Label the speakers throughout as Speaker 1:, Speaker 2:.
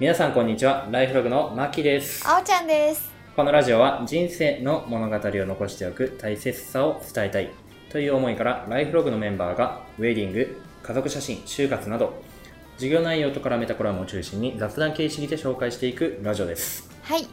Speaker 1: 皆さんこんにちは。ライフログのまきです。
Speaker 2: あおちゃんです。
Speaker 1: このラジオは人生の物語を残しておく大切さを伝えたいという思いからライフログのメンバーがウェディング、家族写真、就活など授業内容と絡めたコラムを中心に雑談形式で紹介していくラジオです。
Speaker 2: はい。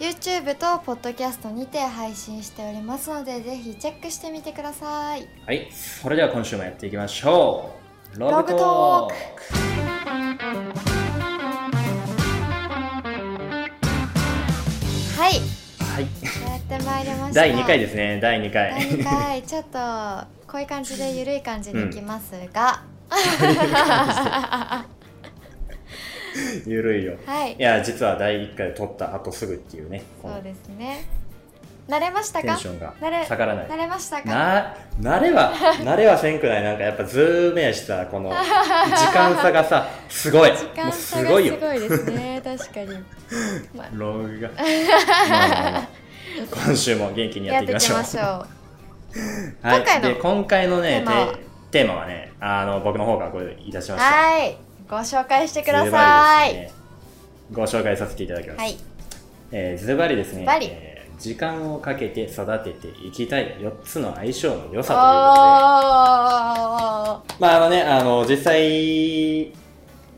Speaker 2: YouTube と Podcast にて配信しておりますので、ぜひチェックしてみてください。
Speaker 1: はい。それでは今週もやっていきましょう。ロ
Speaker 2: ログト
Speaker 1: ークは
Speaker 2: はい。
Speaker 1: い。
Speaker 2: やってまいりました。
Speaker 1: 第2回
Speaker 2: で
Speaker 1: ですね。第2回。
Speaker 2: 第2回、ちょっと、こういう感じでゆるい感じにいきますが、
Speaker 1: ゆるいよ。
Speaker 2: はい
Speaker 1: い。や、実 は第1回撮った後すぐっていうね、こ
Speaker 2: そう
Speaker 1: の
Speaker 2: ですね。慣れました
Speaker 1: テン
Speaker 2: か
Speaker 1: ションが
Speaker 2: 慣れ
Speaker 1: 下がらない
Speaker 2: 慣。れましたか
Speaker 1: な、慣れ は、慣れはせんくない。なんかやっぱズームやしさ、この、時間差がさ、すごい。
Speaker 2: 時
Speaker 1: も
Speaker 2: 間
Speaker 1: う
Speaker 2: 差
Speaker 1: す
Speaker 2: がす
Speaker 1: ご
Speaker 2: ご
Speaker 1: い
Speaker 2: い
Speaker 1: よ。
Speaker 2: ですね。確かに。まあ
Speaker 1: ログが。まあまあまあ今週も元気 にやっていきましょう。
Speaker 2: やっていきましょう。
Speaker 1: はい。
Speaker 2: 今回の
Speaker 1: で、今回のね、
Speaker 2: テーマは
Speaker 1: テテーマはね、あの、僕の方からこれいたしました。
Speaker 2: はい。ご紹介してくだ
Speaker 1: ズバ
Speaker 2: さ
Speaker 1: リ
Speaker 2: い。
Speaker 1: ですね。ご紹介させていただきます。
Speaker 2: はい。
Speaker 1: えーズバリですね
Speaker 2: ズバリ
Speaker 1: えー時間をかけて育てていきたい4つの相性の良さということで、
Speaker 2: お
Speaker 1: まああのね、あの実際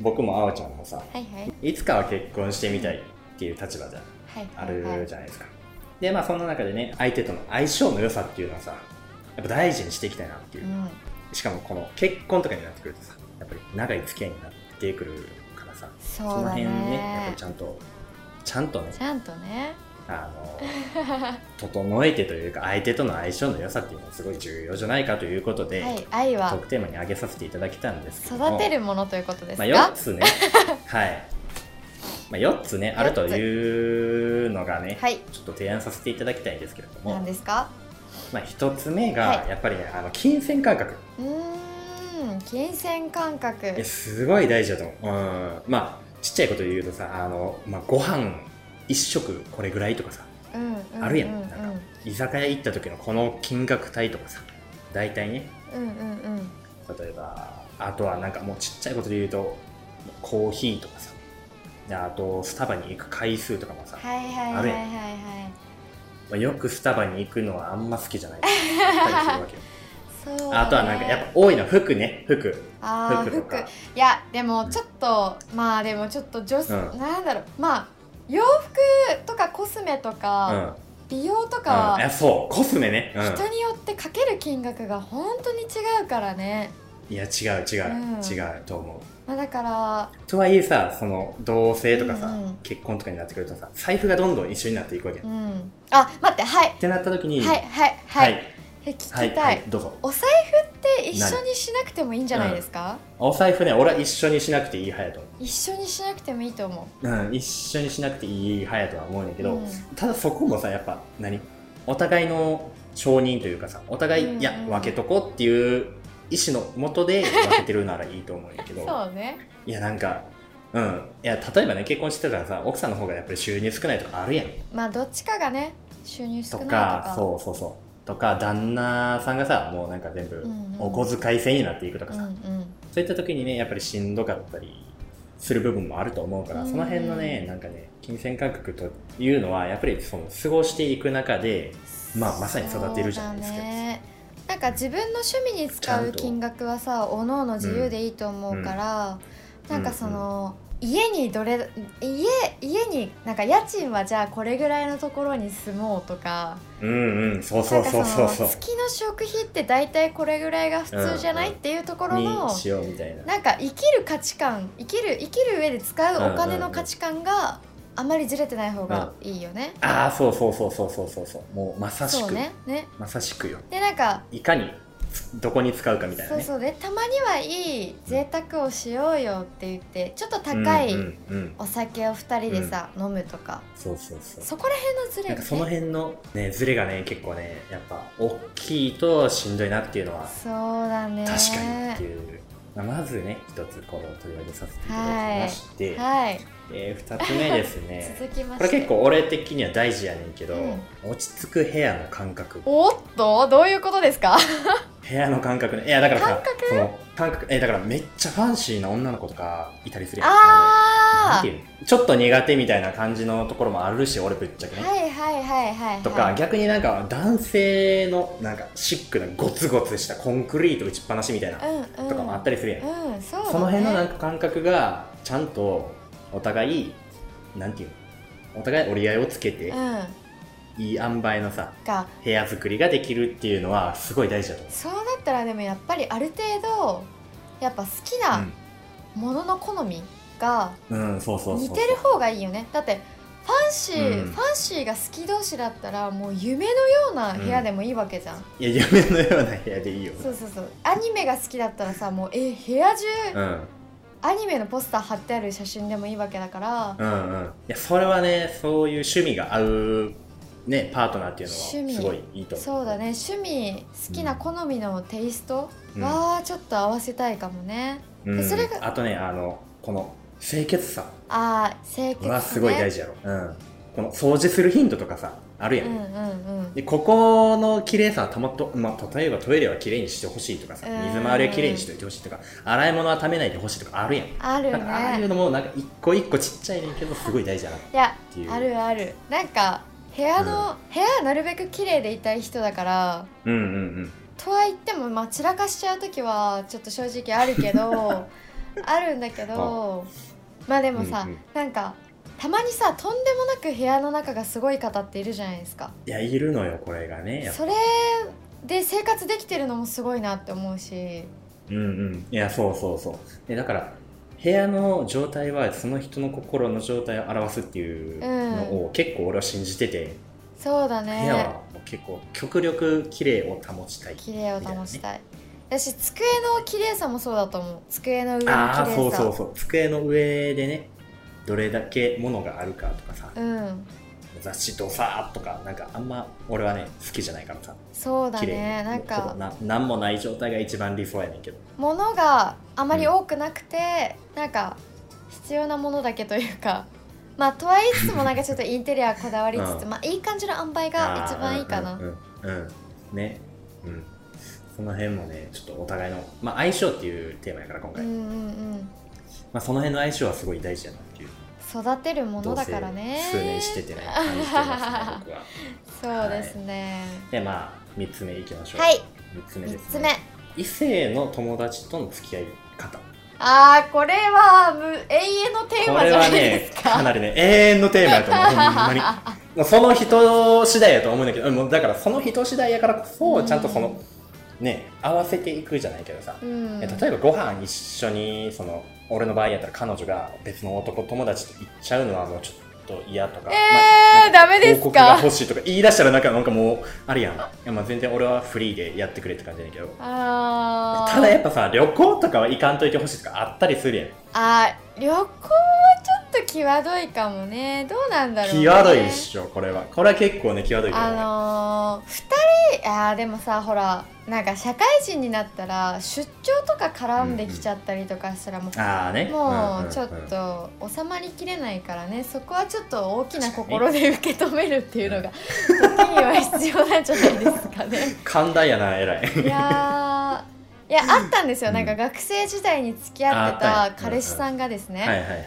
Speaker 1: 僕もあおちゃんもさ
Speaker 2: ー。はいはい。
Speaker 1: いつかは結婚してみたいっていう立場じゃ
Speaker 2: はい
Speaker 1: あ
Speaker 2: はい、はい。
Speaker 1: るじゃないですか、でまあそんな中でね相手との相性の良さっていうのはさやっぱ大事にしていきたいなっていうう、
Speaker 2: ん。
Speaker 1: しかもこの結婚とかになってくるとさやっぱり長い付き合いになってくるからさそ
Speaker 2: そう
Speaker 1: の
Speaker 2: だ
Speaker 1: 辺ねやっぱ
Speaker 2: ね
Speaker 1: りち。ゃんとちゃんとね
Speaker 2: ちゃんとね。
Speaker 1: あの 整えてというか相手との相性の良さっていうのはすごい重要じゃないかということで、
Speaker 2: はい。愛は
Speaker 1: 特テーマに挙げさせていただきたんですけども
Speaker 2: 育てるものということです
Speaker 1: ま
Speaker 2: か。
Speaker 1: あ、4つ ねはい、まあ、4つねあるというのがね、
Speaker 2: はい。
Speaker 1: ちょっと提案させていただきたいんですけれども
Speaker 2: 何、ですか
Speaker 1: まあ、1つ目
Speaker 2: は
Speaker 1: が
Speaker 2: い
Speaker 1: やっぱりね、あの金銭感覚
Speaker 2: うーん。金銭感覚。
Speaker 1: えすごい大事だと思う、うん、まあちっちゃいことで言うとさあの、まあ、ご飯一食これぐらいとかさ
Speaker 2: うんうんうん。
Speaker 1: あるやん
Speaker 2: うん
Speaker 1: なんか居酒屋行った時のこの金額帯とかさ大体ね
Speaker 2: うんうんうん。
Speaker 1: 例えばあとはなんかもうちっちゃいことで言うとコーヒーとかさであとスタバに行く回数とかもさ、
Speaker 2: はいはいはいはいはい。
Speaker 1: まあ、よくスタバに行くのはあんま好きじゃないだったりするわけよ
Speaker 2: そうだね、
Speaker 1: あとはなんかやっぱ多いのは服ね服
Speaker 2: あー
Speaker 1: 服とか
Speaker 2: 服いやでもちょっと、まあでもちょっと女子、
Speaker 1: う
Speaker 2: なんだろうまあ洋服とかコスメと
Speaker 1: うん、
Speaker 2: か、
Speaker 1: うん、
Speaker 2: 美容とか
Speaker 1: いや
Speaker 2: は
Speaker 1: そうコスメね、う
Speaker 2: 人によってかける金額が本当に違うからね、
Speaker 1: ん、いや違う違う、
Speaker 2: うん
Speaker 1: 違うと思う
Speaker 2: まあ、だから
Speaker 1: とはいえさその同棲とかさ、
Speaker 2: うんうん
Speaker 1: 結婚とかになってくるとさ財布がどんどん一緒になっていくわけ、
Speaker 2: う
Speaker 1: っ
Speaker 2: んあ待ってはい
Speaker 1: てなった時に
Speaker 2: はいはいはい、
Speaker 1: はい
Speaker 2: え聞きた、
Speaker 1: はいい、はい、どうぞ
Speaker 2: お財布って一緒にしなくてもいいんじゃないですか、
Speaker 1: お財布ね俺は一緒にしなくていい派やと思
Speaker 2: 一緒にしなくてもいいと思
Speaker 1: う、うん、一緒にしなくていい派やとは思うんだけ
Speaker 2: う、
Speaker 1: ど、
Speaker 2: うん
Speaker 1: ただそこもさやっぱ何お互いの承認というかさお互い、
Speaker 2: うん
Speaker 1: いや分けとこうっていう意思のもとで 分けてるならいいと思うんやけど
Speaker 2: そうね
Speaker 1: いやなんかうんいや例えばね結婚してたらさ奥さんの方がやっぱり収入少ないとかあるやん
Speaker 2: まあどっちかがね収入少
Speaker 1: と
Speaker 2: な
Speaker 1: か
Speaker 2: いとか
Speaker 1: そうそうそうとか旦那さんがさもうなんか全部
Speaker 2: うんうん
Speaker 1: お小遣い制になっていくとか
Speaker 2: うん
Speaker 1: さ、
Speaker 2: うん
Speaker 1: そういった時にねやっぱりしんどかったりする部分もあると思うから、
Speaker 2: うん
Speaker 1: その辺のねなんかね金銭感覚というのはやっぱりその過ごしていく中で、まあ、まさに育てるじゃないです
Speaker 2: そ
Speaker 1: け
Speaker 2: う
Speaker 1: ど
Speaker 2: だねなんか自分の趣味に
Speaker 1: ちゃ
Speaker 2: 使
Speaker 1: ん
Speaker 2: う
Speaker 1: と
Speaker 2: 金額はさおのおの自由でいいと思うから、
Speaker 1: ん
Speaker 2: なんかその、家にどれ家家になんか家賃はじゃあこれぐらいのところに住もうとか
Speaker 1: うんうんそう
Speaker 2: な
Speaker 1: そ
Speaker 2: ん
Speaker 1: う
Speaker 2: か
Speaker 1: そうそう
Speaker 2: そ
Speaker 1: そ
Speaker 2: の月の食費って大体これぐらいが普通じゃな
Speaker 1: う
Speaker 2: い、
Speaker 1: んうん
Speaker 2: っていうとこ
Speaker 1: う
Speaker 2: ろの
Speaker 1: にしようみたいな
Speaker 2: なんか生きる価値観生きる生きる上で使うお金の価値観があまりずれてない方がいいよね。
Speaker 1: ああそうそうそうそうそうそうそうもうまさし
Speaker 2: そう
Speaker 1: く、
Speaker 2: ねね
Speaker 1: まさしくよ
Speaker 2: でなんか
Speaker 1: いかにつどこに使うかみたいな
Speaker 2: そう
Speaker 1: ね
Speaker 2: そうでたまにはいい贅沢をしようよって言ってちょっと高い
Speaker 1: うんうんうん
Speaker 2: お酒を2人でさ、飲むとか
Speaker 1: そうそうそう
Speaker 2: そこら辺のズレ
Speaker 1: なんか
Speaker 2: ね
Speaker 1: その辺のねズレがね結構ねやっぱ大きいとしんどいなっていうのは
Speaker 2: そうだね
Speaker 1: 確かにっていう、まあ、まずね一つこれを取り上げさせていただきまして、
Speaker 2: はい
Speaker 1: えー、2つ目です ね
Speaker 2: 続きまして
Speaker 1: これ結構俺的には大事やねんけど、
Speaker 2: うん
Speaker 1: 落ち着く部屋の感覚
Speaker 2: おっとどういうことですか
Speaker 1: 部屋の感覚ねいやだからさ
Speaker 2: 感覚
Speaker 1: その感覚えだからめっちゃファンシーな女の子とかいたりするやんなん
Speaker 2: あ
Speaker 1: て
Speaker 2: ー
Speaker 1: いうのちょっと苦手みたいな感じのところもあるし俺ぶっちゃけね、
Speaker 2: はいはいはいはいはい
Speaker 1: とか逆になんか男性のなんかシックなゴツゴツしたコンクリート打ちっぱなしみたいな
Speaker 2: うんうん
Speaker 1: とかもあったりするやん、
Speaker 2: うんそうだね
Speaker 1: その辺のなんか感覚がちゃんとお互いなんていうのお互い折り合いをつけて
Speaker 2: うん
Speaker 1: いい塩梅のさ
Speaker 2: か
Speaker 1: 部屋作りができるっていうのはすごい大事だと思
Speaker 2: そうなったらでもやっぱりある程度やっぱ好きなものの好みが
Speaker 1: ううん、うん、そうそうそう
Speaker 2: 似てる方がいいよねだってファンシー、
Speaker 1: うん
Speaker 2: ファンシーが好き同士だったらもう夢のような部屋でもいいわけじゃん、
Speaker 1: いや夢のような部屋でいいよ
Speaker 2: そうそうそうアニメが好きだったらさもうえ部屋中
Speaker 1: うん
Speaker 2: アニメのポスター貼ってある写真でもいいわけだから
Speaker 1: うんうんいやそれはねそういう趣味が合うねパートナーっていうのは
Speaker 2: 趣味
Speaker 1: すごいいいと思う
Speaker 2: そうだね趣味好きな好みのテイスト
Speaker 1: うん
Speaker 2: はちょっと合わせたいかもね、
Speaker 1: うん
Speaker 2: でそれが
Speaker 1: あとねあのこの清潔さ
Speaker 2: ああ清潔、ね、
Speaker 1: はすごい大事やろ、うん、この掃除する頻度とかさあるや、
Speaker 2: うんんうんうん
Speaker 1: でここの綺麗さはたまっと、まあ、例えばトイレは綺麗にしてほしいとかさ
Speaker 2: うん
Speaker 1: 水回りは綺麗にしておいてほしいとか洗い物はためないでほしいとかあるやん
Speaker 2: ある
Speaker 1: なんかああいう
Speaker 2: ね
Speaker 1: のもなんか一個一個ちっちゃいねんけどすごい大事やなっ
Speaker 2: いや
Speaker 1: ていう
Speaker 2: あるあるなんか部屋の、部屋なるべく綺麗でいたい人だから
Speaker 1: うんうんうん
Speaker 2: とは言っても、まあ、散らかしちゃう時はちょっと正直ある けどあるんだけどまあでもさ、
Speaker 1: うんうん
Speaker 2: なんかたまにさとんでもなく部屋の中がすごい方っているじゃないですか
Speaker 1: いやいるのよこれがねやっぱ
Speaker 2: それで生活できてるのもすごいなって思うし
Speaker 1: うんうんいやそうそうそうでだから部屋の状態はその人の心の状態を表すっていうのを結構俺は信じてて、
Speaker 2: そうだ
Speaker 1: 部屋は
Speaker 2: ね
Speaker 1: もう結構極力綺麗を保ちたい
Speaker 2: 綺麗を保ちたいだし机の綺麗さもそうだと思う机の上の綺
Speaker 1: ああ
Speaker 2: 麗さ
Speaker 1: そうそうそう机の上でねどれだけ物があるかとかさ、
Speaker 2: うん
Speaker 1: 雑誌とさーとかなんかあんま俺はね好きじゃないからさ
Speaker 2: そうだ
Speaker 1: 綺麗
Speaker 2: ねなん
Speaker 1: ほぼ
Speaker 2: か
Speaker 1: な何もない状態が一番理想やねんけど
Speaker 2: 物があまり多くなくて、なんか必要なものだけというか まあとは言いつつもなんかちょっとインテリアこだわりつつ、
Speaker 1: うん
Speaker 2: まあいい感じの塩梅が一番いいかな、
Speaker 1: あーうんうん、うんねうんその辺もねちょっとお互いの、まあ、相性っていうテーマやから今
Speaker 2: うん
Speaker 1: 回、
Speaker 2: う
Speaker 1: ま
Speaker 2: んうん
Speaker 1: あ、その辺の相性はすごい大事やなっていう
Speaker 2: 育てるものだからね
Speaker 1: 同棲数年して てね感じてますね僕は
Speaker 2: そうですね
Speaker 1: でまあ3つ目いきましょう
Speaker 2: はい
Speaker 1: 3つ目
Speaker 2: 3
Speaker 1: です、
Speaker 2: つ目
Speaker 1: ね、異性の友達との付き合い方
Speaker 2: あーこれはむ永遠のテー
Speaker 1: こ
Speaker 2: マ
Speaker 1: れ
Speaker 2: じゃな
Speaker 1: はい
Speaker 2: で
Speaker 1: ね
Speaker 2: す
Speaker 1: か
Speaker 2: か
Speaker 1: なりね永遠のテーマやと思うほんまに もうその人次第やと思うんだけどもうだからその人次第やからこそちゃんとその、ね合わせていくじゃないけどさ、
Speaker 2: うん
Speaker 1: え例えばご飯一緒にその俺の場合やったら彼女が別の男友達と行っちゃうのはもうちょっと嫌とか、
Speaker 2: えー、ダメです
Speaker 1: 報告が
Speaker 2: か
Speaker 1: 欲しいとか言い出したらなんかなんかもうあるやんいやまあ全然俺はフリーでやってくれって感じだけど
Speaker 2: あー
Speaker 1: ただやっぱさ旅行とかは行かんといてほしいとかあったりするやん
Speaker 2: あー旅行はちょっと際どいかもねどうなんだろう、ね、
Speaker 1: 際どいっしょこれはこれは結構ね際どいと思う
Speaker 2: あのー、2人あーでもさほらなんか社会人になったら出張とか絡んできちゃったりとかしたらもう、
Speaker 1: ああね
Speaker 2: もうちょっ
Speaker 1: んんん
Speaker 2: と収まりきれないからねそこはちょっと大きな心で受け止めるっていうの が時には必要なんじゃないですかね。
Speaker 1: 寛大やな偉い
Speaker 2: いやーいやあったんですよ、
Speaker 1: うん
Speaker 2: なんか学生時代に付き合って
Speaker 1: ああったた
Speaker 2: 彼氏さんがですね、
Speaker 1: はいはいはいはい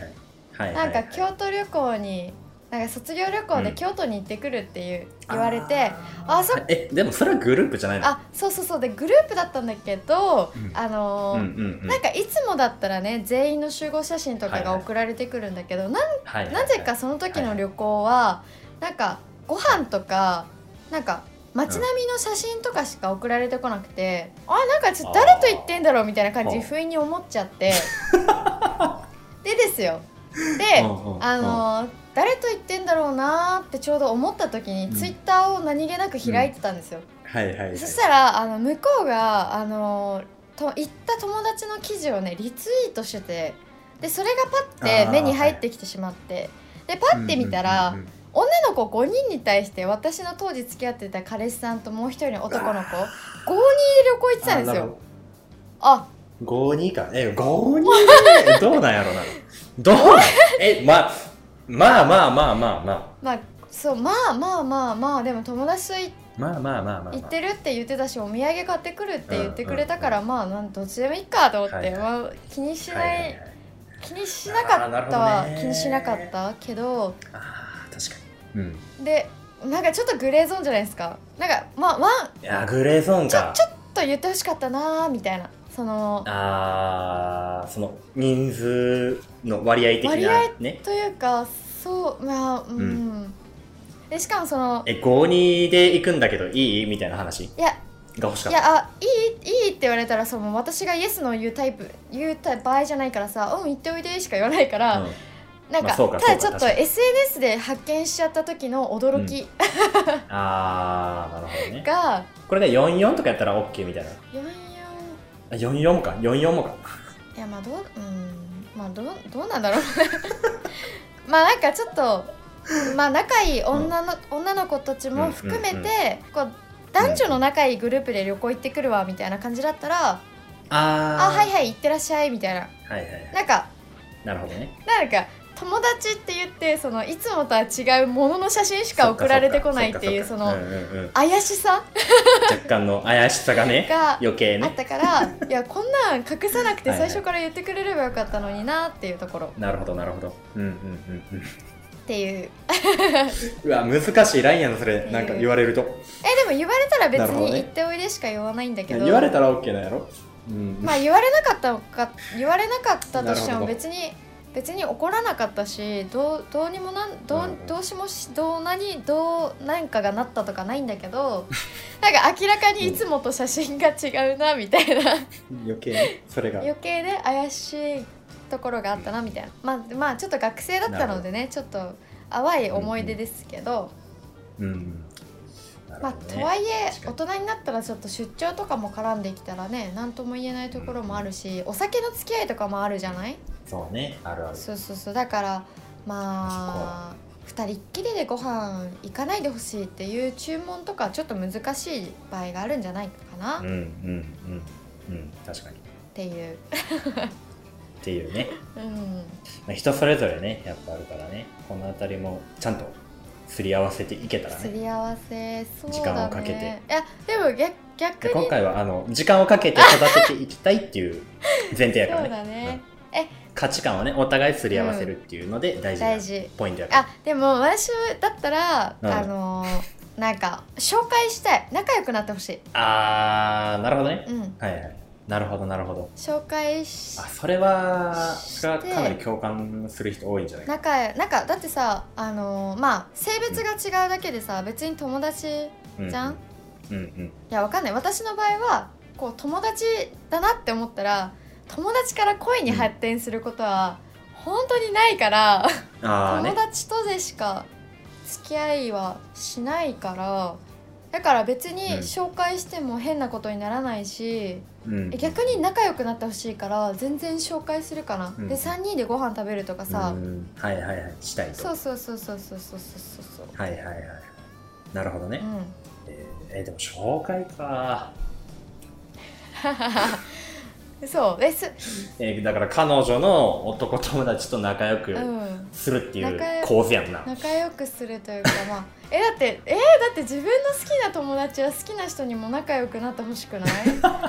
Speaker 1: はい
Speaker 2: なんか
Speaker 1: 日
Speaker 2: 京都旅行になんか卒業旅行で京都に行ってくるっていう、言われてあそっ
Speaker 1: えでもそれはグループじゃないの
Speaker 2: あそうそうそうでグループだったんだけど、
Speaker 1: うん
Speaker 2: あの
Speaker 1: う
Speaker 2: ー
Speaker 1: んうんうん
Speaker 2: なんかいつもだったらね全員の集合写真とか
Speaker 1: はい
Speaker 2: が
Speaker 1: はい
Speaker 2: 送られてくるんだけど、
Speaker 1: はいはいは
Speaker 2: ないなぜかその時の旅行は、なんかご飯とかなんか街並みの写真とかしか送られてこなくて、あなんかちょっと誰と言ってんだろうみたいな感じ
Speaker 1: あー
Speaker 2: 不意に思っちゃって でですよで、
Speaker 1: うんうんうん
Speaker 2: あのー誰と言ってんだろうなーってちょうど思った時に、
Speaker 1: うん
Speaker 2: ツイッターを何気なく開いてたんですよ、
Speaker 1: はいはいはい
Speaker 2: そしたらあの向こうがあのと行った友達の記事をねリツイートしててでそれがパッ
Speaker 1: あ
Speaker 2: て
Speaker 1: ー
Speaker 2: 目に入ってきてしまってでパッて見たら、
Speaker 1: うんうんうん
Speaker 2: 女の子5人に対して私の当時付き合ってた彼氏さんともう一人の男の子5人で旅行行ってたんですよ。あ
Speaker 1: 52かえ52でどうなんやろなどうなんえまあまあまあまあまあま
Speaker 2: まあそうまあまあまあまあでも友達と行っ
Speaker 1: まあまあまあまあ、まあ、
Speaker 2: 行ってるって言ってたしお土産買ってくるって言ってくれたから、
Speaker 1: う
Speaker 2: まあなんどっちでもいいかと思って、
Speaker 1: はいはい
Speaker 2: まあ、気にしない,、
Speaker 1: はいはいはい
Speaker 2: 気にしなか
Speaker 1: あーなる
Speaker 2: っ
Speaker 1: ほ
Speaker 2: た
Speaker 1: どね
Speaker 2: は気にしなかったけど
Speaker 1: あー確かにうん
Speaker 2: でなんかちょっとグレーゾーンじゃないですかなんかまあワン
Speaker 1: いやグレーゾーン
Speaker 2: ちょ
Speaker 1: か
Speaker 2: ちょっと言ってほしかったなーみたいなその
Speaker 1: あーその人数の割合的
Speaker 2: 割
Speaker 1: な
Speaker 2: 合
Speaker 1: ね
Speaker 2: というかそうまあうん、でしかもその
Speaker 1: え52で行くんだけどいいみたいな話
Speaker 2: いや
Speaker 1: が欲しか
Speaker 2: い
Speaker 1: った
Speaker 2: やあいいいいって言われたらその私がイエスの言うタイプ言うタイプ場合じゃないからさ「うん言っておいで」しか言わないから、
Speaker 1: うん
Speaker 2: なんか,、
Speaker 1: まあそうか
Speaker 2: ただち
Speaker 1: そう
Speaker 2: ょ
Speaker 1: か
Speaker 2: っと
Speaker 1: 確か
Speaker 2: SNS で発見しちゃった時の驚き
Speaker 1: あーなるほどね
Speaker 2: が、
Speaker 1: これね44とかやったら OK みたいな
Speaker 2: 44
Speaker 1: あ44もか44もか
Speaker 2: いやまあどううんまあどうどうなんだろう まあなんかちょっとまあ仲いい女の、女の子たちも含めて、
Speaker 1: うんうん
Speaker 2: こう男女の仲いいグループで旅行行ってくるわみたいな感じだったら「
Speaker 1: あー
Speaker 2: あはいはい行ってらっしゃい」みたいな
Speaker 1: はいはいはい
Speaker 2: なんか
Speaker 1: なるほどね
Speaker 2: なんか友達って言ってそのいつもとは違うものの写真しか送られてこないっていうそ
Speaker 1: っかっ
Speaker 2: の
Speaker 1: かっかうんうんうん
Speaker 2: 怪しさ
Speaker 1: 若干の怪しさがね
Speaker 2: が
Speaker 1: 余計
Speaker 2: あっ
Speaker 1: ね
Speaker 2: たからいやこんなん隠さなくて
Speaker 1: はいは
Speaker 2: 最
Speaker 1: い
Speaker 2: 初から言ってくれればよかったのになっていうところ
Speaker 1: なるほどなるほどうんうんうんうん
Speaker 2: っていう
Speaker 1: うわ難しいラインやなそれなんか言われると
Speaker 2: えでも言われたら別
Speaker 1: なるほど
Speaker 2: に
Speaker 1: ね
Speaker 2: 言っておいでしか言わないんだけど
Speaker 1: 言われたら OK なんやろうん
Speaker 2: まあ言われなかったのか言われなかったとして
Speaker 1: なるほ
Speaker 2: も
Speaker 1: ど
Speaker 2: 別に別に怒らなかったしどうどうにもなんど
Speaker 1: なる
Speaker 2: う
Speaker 1: ほど
Speaker 2: どうしもしどうなにどうなんかがなったとかないんだけど なんか明らかにいつもと写真が違うなみたいな
Speaker 1: 余計ねそれが
Speaker 2: 余計で怪しいところがあったなみたいな、まあまあちょっと学生だったのでねちょっと淡い思い出ですけど、
Speaker 1: うんなる
Speaker 2: まあ
Speaker 1: ほど
Speaker 2: と
Speaker 1: ね
Speaker 2: はいえ
Speaker 1: 確
Speaker 2: 大人になったらちょっと出張とかも絡んできたらね何とも言えないところもあるし、お酒の付き合いとかもあるじゃない
Speaker 1: そうねあるある
Speaker 2: そうそうそうだからまあ2人っきりでご飯行かないでほしいっていう注文とかちょっと難しい場合があるんじゃないかなっ
Speaker 1: うんうんうんうん確かにって
Speaker 2: いう、
Speaker 1: ていうね
Speaker 2: うん、
Speaker 1: まあ人それぞれねやっぱあるからねこの辺りもちゃんとすり合わせていけたら
Speaker 2: す
Speaker 1: ね
Speaker 2: り合わせそうだ
Speaker 1: 時
Speaker 2: ね
Speaker 1: 間をかけて
Speaker 2: いやでも逆逆
Speaker 1: で
Speaker 2: に
Speaker 1: 今回はあの時間をかけて育てていきたいっていう前提やから
Speaker 2: そう
Speaker 1: ね
Speaker 2: だね、
Speaker 1: 価値観をねお互いすり合わせるっていうので大事
Speaker 2: 大
Speaker 1: な
Speaker 2: 事
Speaker 1: ポイントやから
Speaker 2: あでも私だったら、
Speaker 1: うん
Speaker 2: あのーなんか紹介したい仲良くなってほしい、
Speaker 1: あーなるほどね
Speaker 2: うん、
Speaker 1: はいはいなるほどなるほど
Speaker 2: 紹介し
Speaker 1: あそれは
Speaker 2: して
Speaker 1: それはかなり共感する人多いんじゃないかな
Speaker 2: 仲なんかだってさあのーまあ性別が違うだけでさ別に友達い
Speaker 1: うん
Speaker 2: じゃん
Speaker 1: うんうん
Speaker 2: やわかんない私の場合はこう友達だなって思ったら友達から恋に発展することは本当にないから、
Speaker 1: ああね
Speaker 2: 友達とでしか付き合いはしないからだから別に
Speaker 1: うん
Speaker 2: 紹介しても変なことにならないし、
Speaker 1: うん
Speaker 2: え逆に仲良くなってほしいから全然紹介するかな、
Speaker 1: うん
Speaker 2: で3人でご飯食べるとかさ、
Speaker 1: うんはいはいはいしたいと
Speaker 2: そうそうそうそうそうそうそうそう
Speaker 1: はいはいはいなるほどね、
Speaker 2: うん
Speaker 1: えーでも紹介か、
Speaker 2: そうです。
Speaker 1: えーだから彼女の男友達と仲良
Speaker 2: う
Speaker 1: く
Speaker 2: ん。
Speaker 1: するってい
Speaker 2: 仲良
Speaker 1: う
Speaker 2: く
Speaker 1: 構図やんな、
Speaker 2: 仲良くするというか、まあ、 え、だって、えーだって自分の好きな友達は好きな人にも仲良くなってほしく ない。
Speaker 1: なるほ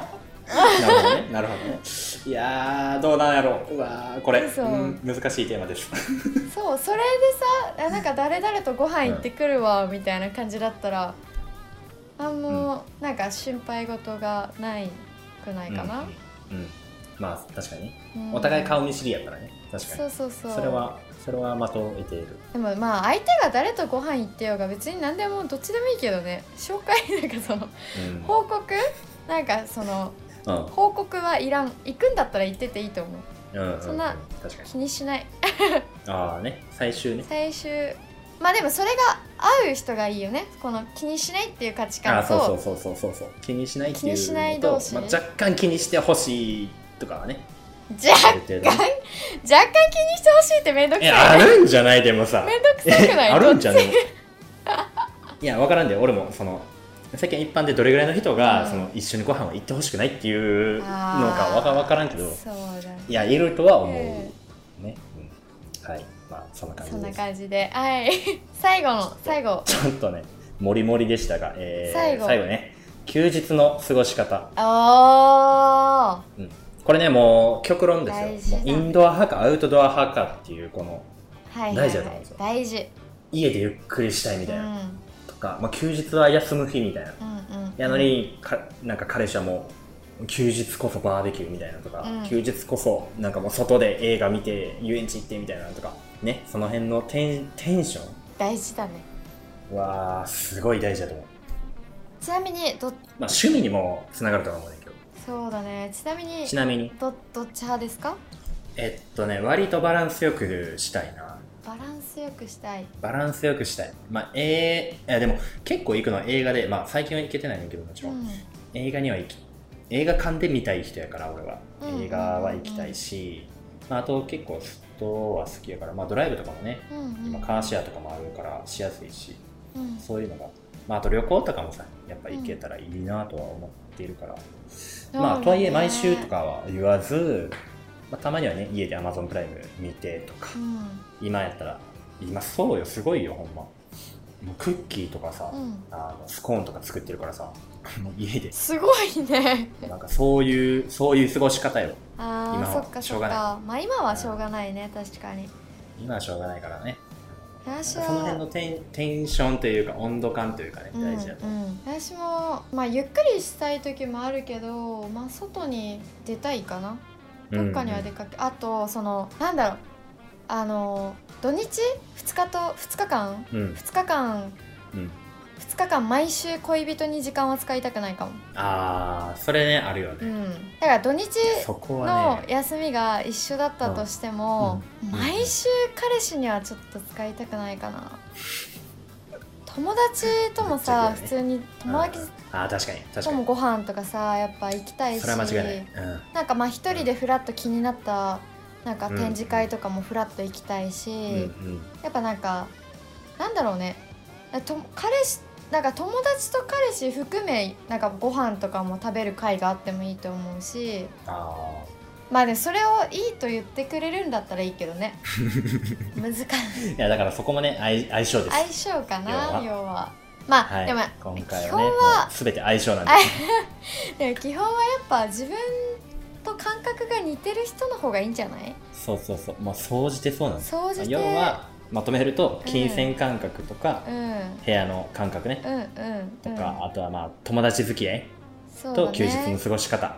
Speaker 1: ど ねなるほどねいやーどうなんやろううわーこれ、
Speaker 2: 嘘
Speaker 1: うん難しいテーマです
Speaker 2: そう、それでさ、あなんか誰々とご飯行ってくるわみたいな感じだったら。あんま、なんか心配事がないくないかな。
Speaker 1: うん、うんまあ確かにね
Speaker 2: うん
Speaker 1: お互い顔見知りやからね確か
Speaker 2: そ
Speaker 1: に
Speaker 2: うそうそう。
Speaker 1: それはそれはまとめている
Speaker 2: でもまあ相手が誰とご飯行ってようが別に何でもどっちでもいいけどね紹介なんかその
Speaker 1: うん
Speaker 2: 報告なんかその
Speaker 1: うん
Speaker 2: 報告はいらん行くんだったら行ってていいと思う
Speaker 1: うんうん
Speaker 2: そんな
Speaker 1: 確かに
Speaker 2: 気にしない
Speaker 1: ああね最終ね
Speaker 2: 最終まあでもそれが合う人がいいよねこの気にしないっていう価値
Speaker 1: あ
Speaker 2: 観
Speaker 1: ーそう
Speaker 2: と
Speaker 1: そうそうそうそうそう気にしないっていう
Speaker 2: 気にしない
Speaker 1: の
Speaker 2: 同
Speaker 1: と
Speaker 2: 士
Speaker 1: まあ、若干気にしてほしいとかはね
Speaker 2: じゃ
Speaker 1: ある程度ね
Speaker 2: 若干若干気にしてほしいってめんどく
Speaker 1: えあ
Speaker 2: さい
Speaker 1: るんじゃないでもさ
Speaker 2: めんどくさくない
Speaker 1: あるんじゃないいや分からんで俺もその世間一般でどれぐらいの人が、
Speaker 2: うん
Speaker 1: その一緒にご飯を行ってほしくないっていうのか
Speaker 2: あー
Speaker 1: わか分からんけど
Speaker 2: そうだね
Speaker 1: いやいるとは思う、
Speaker 2: え
Speaker 1: ね、うんはいまあそんな感
Speaker 2: そ
Speaker 1: じ
Speaker 2: んな
Speaker 1: です
Speaker 2: 感じではい 最後の最後
Speaker 1: ちょっとねもりもりでしたが、えー
Speaker 2: 最後
Speaker 1: ね休日の過ごし方、
Speaker 2: あ
Speaker 1: うんこれねもう極論ですよ
Speaker 2: 大事だ
Speaker 1: もうインドア派かアウトドア派かっていうこの
Speaker 2: ーはいはいはい
Speaker 1: 大事だと思うんですよ
Speaker 2: 大事
Speaker 1: 家でゆっくりしたいみ
Speaker 2: う
Speaker 1: たい
Speaker 2: ん
Speaker 1: な、とか、まあ、休日は休む日みたいな
Speaker 2: うんうん
Speaker 1: やのにかなんか彼氏はもう休日こそバーベキューみたいなとか、
Speaker 2: うん
Speaker 1: 休日こそなんかもう外で映画見て遊園地行ってみたいなとかねその辺のテンテンショ
Speaker 2: 大事だね
Speaker 1: ンはすごい大事だと思う、
Speaker 2: ちなみにど
Speaker 1: まあ、趣味にもつながるとは思うねんだけど
Speaker 2: そうだねちなみに
Speaker 1: ちなみに
Speaker 2: どどっち派ですか
Speaker 1: えっとね割とバランスよくしたいな
Speaker 2: バランスよくしたい
Speaker 1: バランスよくしたいまあえー、いやでも結構行くのは映画でまあ最近は行けてないんだけどもち
Speaker 2: う
Speaker 1: ろん、
Speaker 2: ん
Speaker 1: 映画には行き映画館で見たい人やから俺は
Speaker 2: うん
Speaker 1: 映画は行きたいし、まあ、あと結構ストは好きやから、まあ、ドライブとかもね
Speaker 2: うんうん
Speaker 1: 今カーシェアとかもあるからしやすいし
Speaker 2: うん
Speaker 1: そういうのが、まあ、あと旅行とかもさやっぱ行けたらいいなとは思っているから、まあとはいえ毎週と、かは言わず、まあ、たまにはね家で Amazon プライム見てとか
Speaker 2: そうね
Speaker 1: 今やったら今そうよすごいよほんまもうクッキーとかさ、
Speaker 2: うんうん、
Speaker 1: あのスコーンとか作ってるからさもう家です
Speaker 2: ごいね
Speaker 1: なんかそういう、そういう過ごし方よ。
Speaker 2: あ
Speaker 1: 今
Speaker 2: あ
Speaker 1: は
Speaker 2: そっか
Speaker 1: し
Speaker 2: そ
Speaker 1: ょ
Speaker 2: っ
Speaker 1: うがな
Speaker 2: かまあ今はしょうがないね確かに
Speaker 1: 今はしょうがないからね。
Speaker 2: 私
Speaker 1: そ
Speaker 2: は
Speaker 1: の辺のテンテンションというか、温度感というかね、
Speaker 2: うん
Speaker 1: 大事だと
Speaker 2: う
Speaker 1: 思う。
Speaker 2: ん、私も、まあ、ゆっくりしたい時もあるけど、まあ、外に出たいかなどっかには出かけ、あとそのなんだろうあの土日2日と2日間
Speaker 1: うん。うん。
Speaker 2: 2日間
Speaker 1: うん
Speaker 2: 2日間毎週恋人に時間は使いたくないかも、
Speaker 1: ああ、それね、あるよ
Speaker 2: う
Speaker 1: ね。
Speaker 2: ん、だから土日
Speaker 1: そこは
Speaker 2: の
Speaker 1: ね、
Speaker 2: 休みが一緒だったとしても、
Speaker 1: うんうん
Speaker 2: 毎週彼氏にはちょっと使いたくないかな友達ともさ、
Speaker 1: ぶ
Speaker 2: 普
Speaker 1: っち
Speaker 2: 通に友達
Speaker 1: うんああ、確かに、確
Speaker 2: と
Speaker 1: か
Speaker 2: も
Speaker 1: に。
Speaker 2: ご飯とかさやっぱ行きたいし
Speaker 1: それは間違いない。うん。
Speaker 2: なんかまあ一人でフラッと気になったなんか展示会とかもフラッと行きたいし、
Speaker 1: うんうん
Speaker 2: やっぱなんかなんだろうねと彼氏なんか友達と彼氏含めなんかご飯とかも食べる会があってもいいと思うし
Speaker 1: あ
Speaker 2: まあねそれをいいと言ってくれるんだったらいいけどね 難しい
Speaker 1: あ。いや、だからそこもね、相相性です。
Speaker 2: 相性かな
Speaker 1: 要は
Speaker 2: 要はまあ、
Speaker 1: はい
Speaker 2: でも。
Speaker 1: 今回
Speaker 2: 基
Speaker 1: はね
Speaker 2: 本
Speaker 1: も
Speaker 2: は
Speaker 1: う、すべて相性なんですね。
Speaker 2: でも基本はやっぱ自分と感覚が似てる人の方がいいんじゃない
Speaker 1: そうそうそう。まあ、総じてそうなんです。
Speaker 2: 掃除て
Speaker 1: 要は、まとめると、
Speaker 2: うん
Speaker 1: 金銭感覚とか
Speaker 2: う、ん
Speaker 1: 部屋の感覚ね。
Speaker 2: うんうん
Speaker 1: とか、あとはまあ友達付き合い
Speaker 2: そうだ
Speaker 1: と
Speaker 2: ね
Speaker 1: 休日の過ごし方、
Speaker 2: うん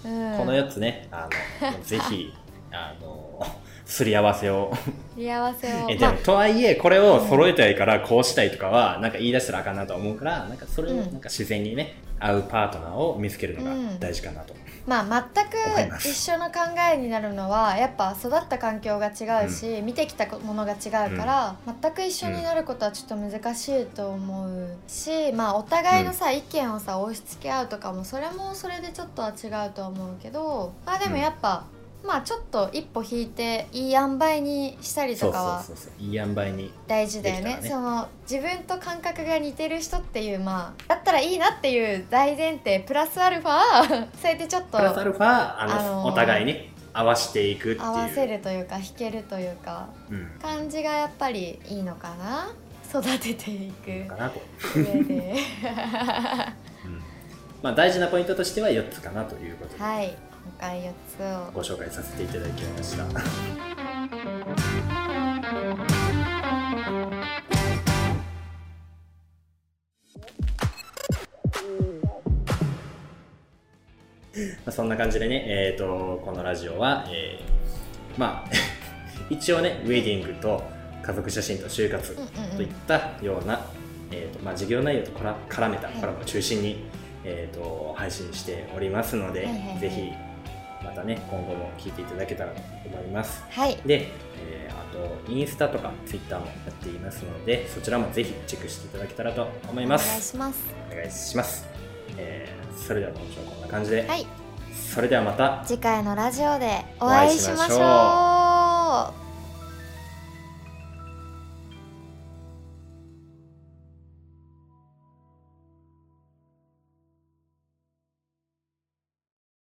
Speaker 1: この4つねあ のぜひあのすり合わせを
Speaker 2: 幸せを
Speaker 1: えで
Speaker 2: ま
Speaker 1: も、
Speaker 2: あ
Speaker 1: とはいえこれを揃えたいからこうしたいとかはなんか言い出したらあかんなとは思うからなんかそれを
Speaker 2: うん
Speaker 1: なんか自然にね、合うパートナーを見つけるのが
Speaker 2: うん
Speaker 1: 大事かなと、
Speaker 2: まあ
Speaker 1: わかり
Speaker 2: 全
Speaker 1: ま
Speaker 2: く
Speaker 1: す
Speaker 2: 一緒の考えになるのはやっぱ育った環境が違うし、見てきたものが違うから、全く一緒になることはちょっと難しいと思うし、まあお互いのさ、意見をさ押し付け合うとかもそれもそれでちょっとは違うとは思うけどまあでもやっぱ、まあちょっと一歩引いていい塩梅にしたり
Speaker 1: そ
Speaker 2: と
Speaker 1: う
Speaker 2: かは
Speaker 1: そうそうそういい塩梅に
Speaker 2: 大事だよ
Speaker 1: できた
Speaker 2: ね
Speaker 1: らね
Speaker 2: その自分と感覚が似てる人っていうまあだったらいいなっていう大前提プラスアルファ そうやってちょっと
Speaker 1: プラスアルファあの、
Speaker 2: あの
Speaker 1: お
Speaker 2: ー
Speaker 1: 互いに合わせていくっていう
Speaker 2: 合わせるというか弾けるというか
Speaker 1: うん
Speaker 2: 感じがやっぱりいいのかな育ててい
Speaker 1: か
Speaker 2: く
Speaker 1: なと、
Speaker 2: 上 で
Speaker 1: うんまあ、大事なポイントとしては4つかなということで、
Speaker 2: はい今回4つを
Speaker 1: ご紹介させていただきました。まあそんな感じでね、えー、とこのラジオは、えーまあ 一応ねウェディングと家族写真と就活
Speaker 2: うんうん
Speaker 1: と
Speaker 2: う
Speaker 1: いっ
Speaker 2: ん
Speaker 1: たような、えーとまあ、事業内容とから絡めた
Speaker 2: はい
Speaker 1: コラボを中心に、えー、と配信しておりますので、
Speaker 2: はいはいはい
Speaker 1: ぜひまたね今後も聞いていただけたらと思います
Speaker 2: はい
Speaker 1: で、えーあとインスタとかツイッターもやっていますのでそちらもぜひチェックしていただけたらと思い
Speaker 2: お
Speaker 1: ま
Speaker 2: 願い
Speaker 1: す
Speaker 2: します
Speaker 1: お願いします、えーそれでは今週はこんな感じで、
Speaker 2: はい
Speaker 1: それではまた
Speaker 2: 次回のラジオでお会いしましょう
Speaker 1: お会いしま